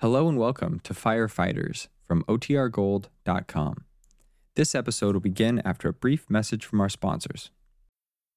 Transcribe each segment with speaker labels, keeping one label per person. Speaker 1: Hello and welcome to Firefighters from OTRGold.com. This episode will begin after a brief message from our sponsors.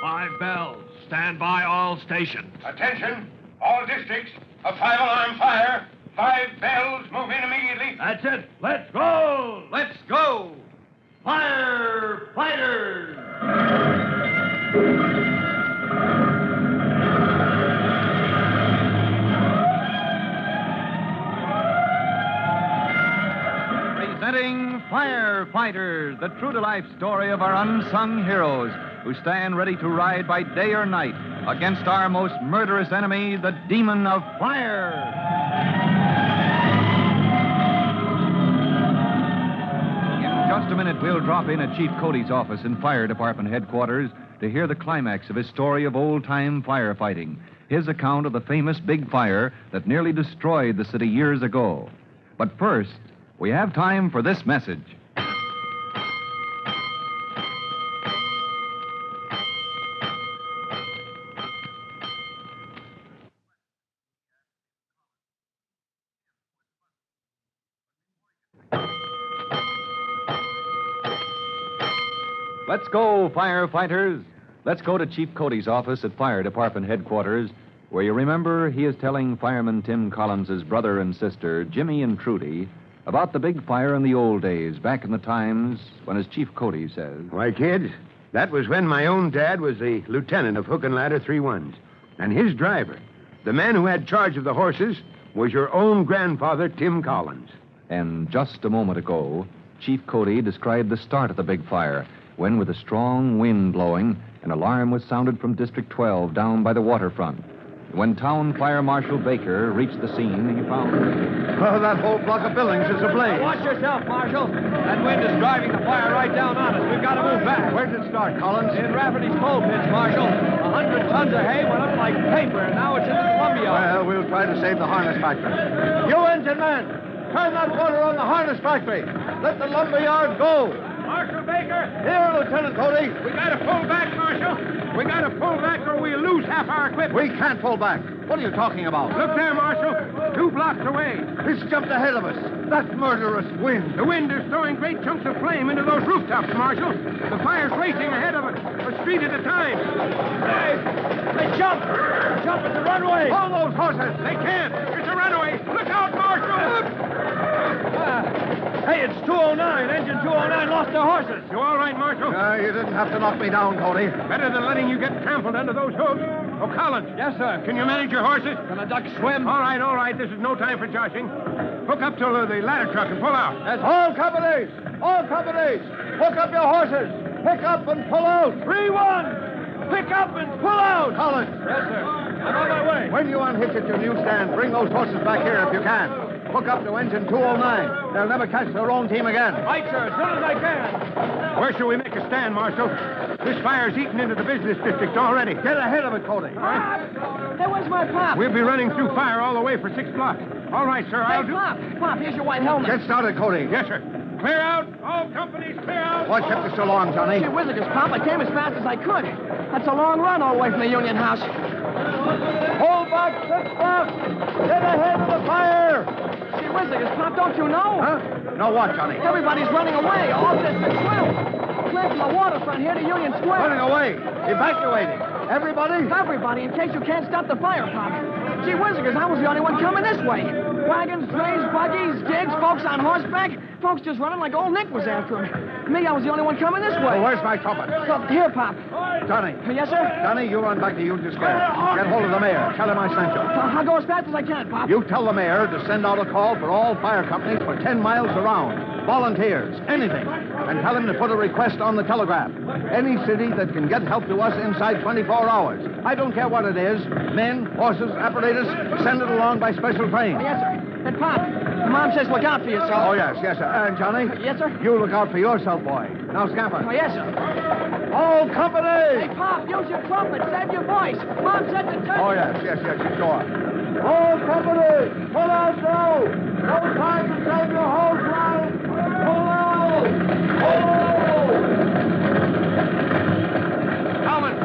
Speaker 2: Five bells. Stand by all stations.
Speaker 3: Attention, all districts, a five alarm fire. Five bells move in immediately.
Speaker 2: That's it. Let's go. Let's go. Firefighters.
Speaker 4: Presenting Firefighters, the true to life story of our unsung heroes who stand ready to ride by day or night against our most murderous enemy, the demon of fire. In just a minute, we'll drop in at Chief Cody's office in Fire Department headquarters to hear the climax of his story of old time firefighting, his account of the famous big fire that nearly destroyed the city years ago. But first, we have time for this message. Let's go, firefighters. Let's go to Chief Cody's office at Fire Department headquarters, where you remember he is telling fireman Tim Collins' brother and sister, Jimmy and Trudy, about the big fire in the old days, back in the times when, as Chief Cody says,
Speaker 3: Why, kids, that was when my own dad was the lieutenant of Hook and Ladder Three Ones, and his driver, the man who had charge of the horses, was your own grandfather, Tim Collins.
Speaker 4: And just a moment ago, Chief Cody described the start of the big fire when, with a strong wind blowing, an alarm was sounded from District 12 down by the waterfront. When Town Fire Marshal Baker reached the scene, he found.
Speaker 3: Oh, that whole block of buildings is ablaze.
Speaker 4: Watch yourself, Marshal. That wind is driving the fire right down on us. We've got to move back.
Speaker 3: Where did it start, Collins?
Speaker 4: In Rafferty's coal pits, Marshal. A hundred tons of hay went up like paper, and now it's in the Columbia.
Speaker 3: Well, we'll try to save the harness factory. You engine man, turn that water on the harness factory. Let the lumber yard go.
Speaker 2: Marshal Baker,
Speaker 3: Here, Lieutenant Cody.
Speaker 2: we gotta pull back, Marshal. We gotta pull back or we'll lose half our equipment.
Speaker 3: We can't pull back. What are you talking about?
Speaker 2: Look there, Marshal. Two blocks away.
Speaker 3: He's jumped ahead of us. That murderous wind.
Speaker 2: The wind is throwing great chunks of flame into those rooftops, Marshal. The fire's racing ahead of us, a street at a time. They, they jump! Jump at the runway!
Speaker 3: All those horses.
Speaker 2: They can't! It's a runway! Look out, Marshal! Ah. hey, it's 209. Engine 209 lost their horses. You all right, Marshal?
Speaker 3: Uh, you didn't have to knock me down, Cody.
Speaker 2: Better than letting you get trampled under those hooves. Oh, Collins. Yes, sir. Can you manage your horses? Can the duck swim? All right, all right. This is no time for joshing. Hook up to uh, the ladder truck and pull out. That's
Speaker 3: All companies. All companies. Hook up your horses. Pick up and pull out.
Speaker 2: three one. Pick up and pull out.
Speaker 3: Collins.
Speaker 2: Yes, sir. I'm on my way.
Speaker 3: When you unhitch at your new stand, bring those horses back here if you can. Hook up to engine 209. They'll never catch their own team again.
Speaker 2: Right, sir. As soon as I can. Where shall we make a stand, Marshal? This fire's eaten into the business district already.
Speaker 3: Get ahead of it, Cody.
Speaker 5: Hey, where's my pop?
Speaker 2: We'll be running through fire all the way for six blocks. All right, sir. I'll
Speaker 5: hey,
Speaker 2: do.
Speaker 5: Pop, Pop, here's your white helmet.
Speaker 3: Get started, Cody.
Speaker 2: Yes, sir. Clear out. All companies, clear out.
Speaker 3: What kept us so long, Johnny?
Speaker 5: Hey, Whizzicus, Pop, I came as fast as I could. That's a long run all the way from the Union House.
Speaker 3: Hold back, six blocks. Get ahead of the fire.
Speaker 5: Gee, Whizzicus, Pop, don't you know?
Speaker 3: Huh? No what, Johnny?
Speaker 5: Everybody's running away. All district 12. Clear from the waterfront here to Union
Speaker 3: Running
Speaker 5: Square.
Speaker 3: away. Evacuating. Everybody?
Speaker 5: Everybody, in case you can't stop the fire, Pop. Gee, Whizzicus, I was the only one coming this way. Wagons, drays, buggies, gigs, folks on horseback. Folks just running like old Nick was after him. Me, I was the only one coming this
Speaker 3: Well,
Speaker 5: way.
Speaker 3: where's my trumpet?
Speaker 5: Look, here, Pop.
Speaker 3: Johnny.
Speaker 5: Yes, sir?
Speaker 3: Johnny, you run back to Union Square. Get hold of the mayor. Tell him I sent you.
Speaker 5: I'll go as fast as I can, Pop.
Speaker 3: You tell the mayor to send out a call for all fire companies for 10 miles around. volunteers, anything, and tell him to put a request on the telegraph. Any city that can get help to us inside 24 hours. I don't care what it is men, horses, apparatus, send it along by special train.
Speaker 5: Yes, sir. And Pop, Mom says look out for yourself.
Speaker 3: Oh, yes, yes, sir. And Johnny?
Speaker 5: Yes, sir.
Speaker 3: You look out for yourself, boy. Now, Scamper.
Speaker 5: Oh, yes, sir.
Speaker 3: All
Speaker 5: Hey,
Speaker 3: company!
Speaker 5: Pop, use your trumpet. Save your voice. Mom said to turn.
Speaker 3: Oh, yes, yes, yes, sure. All
Speaker 2: Oh,
Speaker 3: company! Pull out now! No time to save your whole line! Pull out! Pull out!
Speaker 2: Collins!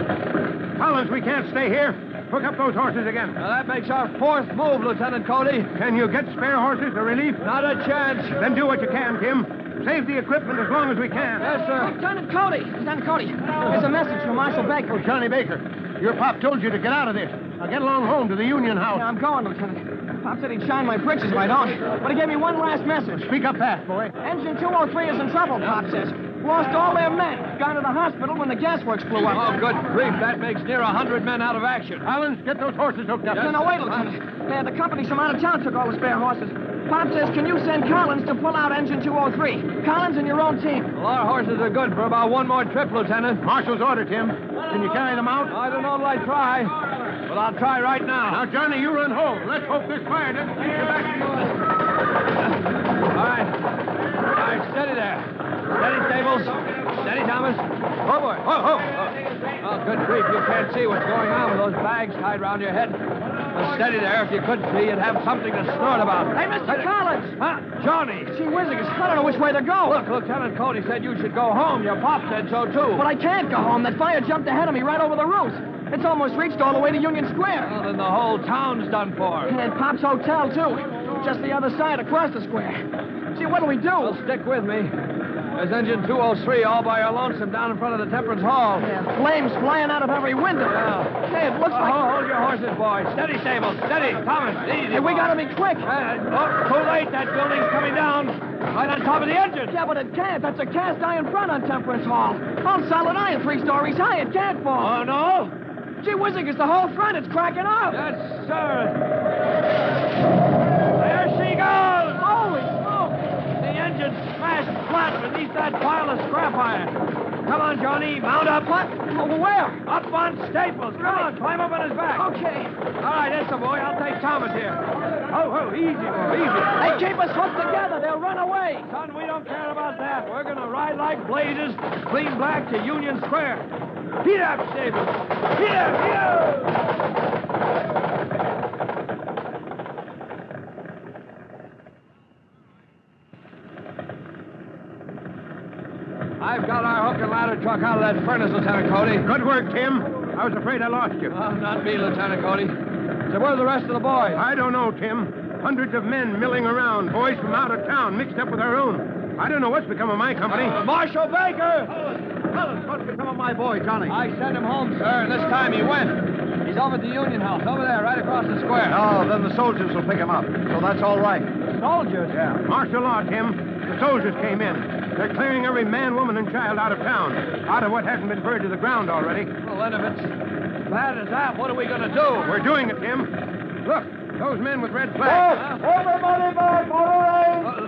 Speaker 2: Collins, we can't stay here. Hook up those horses again.
Speaker 5: Well, that makes our fourth move, Lieutenant Cody.
Speaker 2: Can you get spare horses to relief?
Speaker 5: Not a chance.
Speaker 2: Then do what you can, Tim. Save the equipment as long as we can.
Speaker 5: Yes, sir. Lieutenant Cody. Lieutenant Cody. There's a message from Marshal Baker.
Speaker 2: Oh, Johnny Baker, your pop told you to get out of this. Now get along home to the Union House.
Speaker 5: Yeah, I'm going, Lieutenant. Pop said he'd shine my britches if I don't. But he gave me one last message.
Speaker 2: Speak up fast, boy.
Speaker 5: Engine 203 is in trouble, Pop says. Lost all their men. Gone to the hospital when the gasworks blew up.
Speaker 2: Oh, good grief. That makes near a hundred men out of action. Collins, get those horses hooked up.
Speaker 5: No, no, wait, Lieutenant. Yeah, the companies from out of town took all the spare horses. Pop says, can you send Collins to pull out engine 203? Collins and your own team.
Speaker 2: Well, our horses are good for about one more trip, Lieutenant. Marshal's order, Tim. Can you carry them out? I don't know till I try. Well, I'll try right now. Now, Johnny, you run home. Let's hope this fire doesn't take you back to your... All right. All right, steady there. Steady, Stables. Steady, Thomas. Oh, boy. Oh, oh. oh. Well, good grief, you can't see what's going on with those bags tied round your head. Well, steady there. If you could see, you'd have something to snort about.
Speaker 5: Hey, Mr. Collins!
Speaker 2: Huh? Johnny.
Speaker 5: Gee whizzes, I don't know which way to go.
Speaker 2: Look, Lieutenant Cody said you should go home. Your pop said so, too.
Speaker 5: But I can't go home. That fire jumped ahead of me right over the roofs. It's almost reached all the way to Union Square.
Speaker 2: Well, then the whole town's done for.
Speaker 5: And then Pop's hotel, too. Just the other side, across the square. Gee, what'll we do?
Speaker 2: Well, stick with me. There's engine 203 all by your lonesome down in front of the Temperance Hall.
Speaker 5: Yeah, flames flying out of every window.
Speaker 2: Yeah.
Speaker 5: Hey, it looks
Speaker 2: Oh,
Speaker 5: like...
Speaker 2: hold, hold your horses, boy. Steady, Sable. Steady. Thomas, easy.
Speaker 5: Hey, we
Speaker 2: boy.
Speaker 5: gotta be quick.
Speaker 2: Uh, oh, too late. That building's coming down. Right on top of the engine.
Speaker 5: Yeah, but it can't. That's a cast iron front on Temperance Hall. On solid iron, three stories high. It can't fall.
Speaker 2: Oh, no?
Speaker 5: Gee whizzing, the whole front. It's cracking up.
Speaker 2: Yes, sir. There she goes.
Speaker 5: Holy smoke.
Speaker 2: The engine smashed flat beneath that pile of scrap iron. Come on, Johnny. Mount up.
Speaker 5: What? Over where?
Speaker 2: Up on Staples. Come on, climb up on his back.
Speaker 5: Okay.
Speaker 2: All right, that's the boy. I'll take Thomas here. Oh, oh, easy, boy, easy.
Speaker 5: They keep us hooked together. They'll run away.
Speaker 2: Son, we don't care about that. We're going to ride like blazes, clean back to Union Square. Heat up, Staples. Heat up, heat up. I've got our hook and ladder truck out of that furnace, Lieutenant Cody.
Speaker 3: Good work, Tim. I was afraid I lost you.
Speaker 2: Oh, not me, Lieutenant Cody. So where are the rest of the boys?
Speaker 3: I don't know, Tim. Hundreds of men milling around, boys from out of town mixed up with our own. I don't know what's become of my company.
Speaker 2: Uh, Marshal Baker! Tell us what's become of my boy, Johnny. I sent him home, sir, and this time he went. He's over at the Union House, over there, right across the square.
Speaker 3: Oh, then the soldiers will pick him up. So that's all right.
Speaker 2: soldiers. Yeah.
Speaker 3: Martial law, Tim. The soldiers came in. They're clearing every man, woman, and child out of town. Out of what hasn't been burned to the ground already. Oh,
Speaker 2: Well, then, if it's bad as that, what are we going to do?
Speaker 3: We're doing it, Tim. Look, those men with red flags.
Speaker 2: Huh? Uh,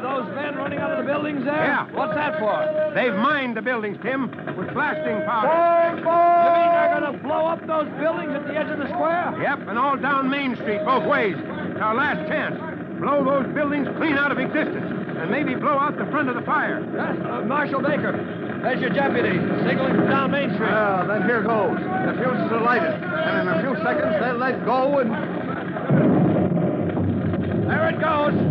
Speaker 2: those men running out of the buildings there?
Speaker 3: Yeah.
Speaker 2: What's that for?
Speaker 3: They've mined the buildings, Tim, with blasting powder.
Speaker 2: You mean they're going to blow up those buildings at the edge of the square?
Speaker 3: Yep, and all down Main Street, both ways. It's our last chance. Blow those buildings clean out of existence, and maybe blow out the front of the fire.
Speaker 2: Yes, uh, Marshal Baker, there's your deputy, signaling from down Main Street.
Speaker 3: Well, Ah, then here goes. The fuses are lighted, and in a few seconds they'll let go and
Speaker 2: There it goes. Oh,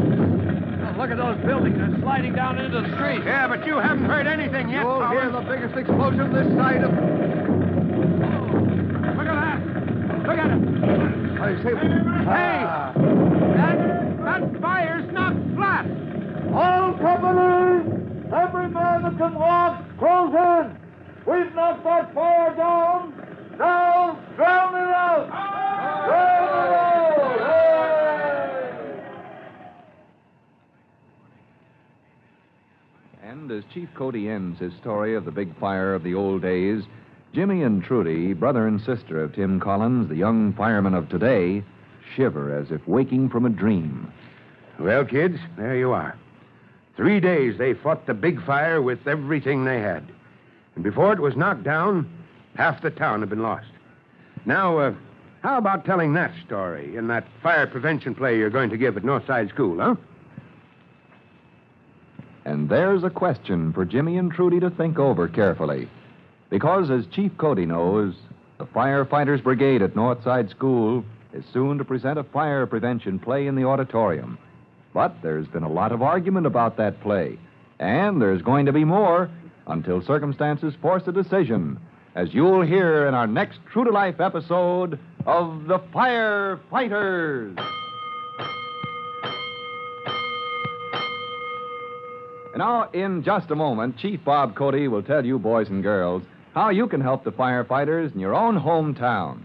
Speaker 2: look at those buildings. They're sliding down into the street.
Speaker 3: Yeah, but you haven't heard anything yet.
Speaker 2: You'll hear
Speaker 3: the biggest explosion this side of.
Speaker 2: Look at that. Look at it.
Speaker 3: I say,
Speaker 2: Hey!
Speaker 6: ah.
Speaker 3: hey,
Speaker 2: That, that fire's knocked flat.
Speaker 6: All companies, every man that can walk, close in. We've knocked that fire down. Now, drown it out. Drown it out. Hey!
Speaker 4: And as Chief Cody ends his story of the big fire of the old days, Jimmy and Trudy, brother and sister of Tim Collins, the young fireman of today, shiver as if waking from a dream.
Speaker 3: Well, kids, there you are. Three days they fought the big fire with everything they had. And before it was knocked down, half the town had been lost. Now, uh, how about telling that story in that fire prevention play you're going to give at Northside School, huh?
Speaker 2: And there's a question for Jimmy and Trudy to think over carefully. Because, as Chief Cody knows, the Firefighters Brigade at Northside School is soon to present a fire prevention play in the auditorium. But there's been a lot of argument about that play, and there's going to be more until circumstances force a decision, as you'll hear in our next True to Life episode of The Firefighters. And now, in just a moment, Chief Bob Cody will tell you, boys and girls, how you can help the firefighters in your own hometown.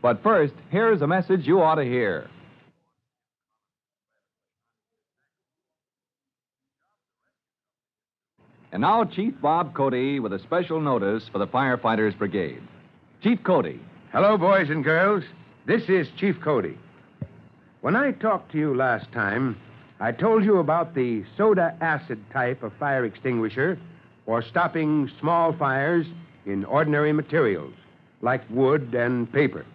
Speaker 2: But first, here's a message you ought to hear. And now, Chief Bob Cody with a special notice for the Firefighters Brigade. Chief Cody,
Speaker 3: Hello, boys and girls. This is Chief Cody. When I talked to you last time, I told you about the soda acid type of fire extinguisher for stopping small fires in ordinary materials like wood and paper.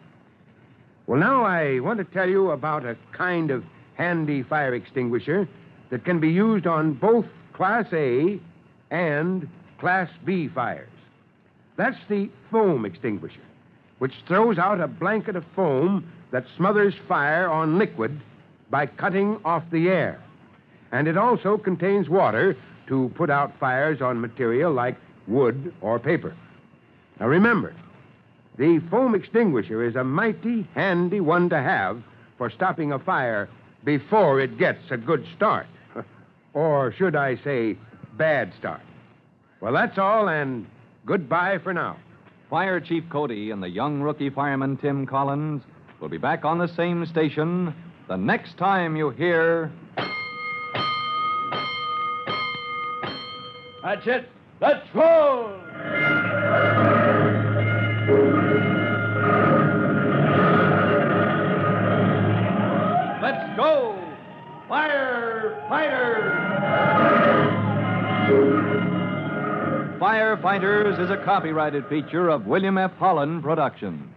Speaker 3: Well, now I want to tell you about a kind of handy fire extinguisher that can be used on both Class A and Class B fires. That's the foam extinguisher, which throws out a blanket of foam that smothers fire on liquid by cutting off the air. And it also contains water to put out fires on material like wood or paper. Now remember, the foam extinguisher is a mighty handy one to have for stopping a fire before it gets a good start. or should I say, bad start. Well, that's all, and goodbye for now.
Speaker 2: Fire Chief Cody and the young rookie fireman Tim Collins will be back on the same station the next time you hear.
Speaker 7: That's it. Let's roll! Let's go! Firefighters!
Speaker 2: Firefighters is a copyrighted feature of William F. Holland Productions.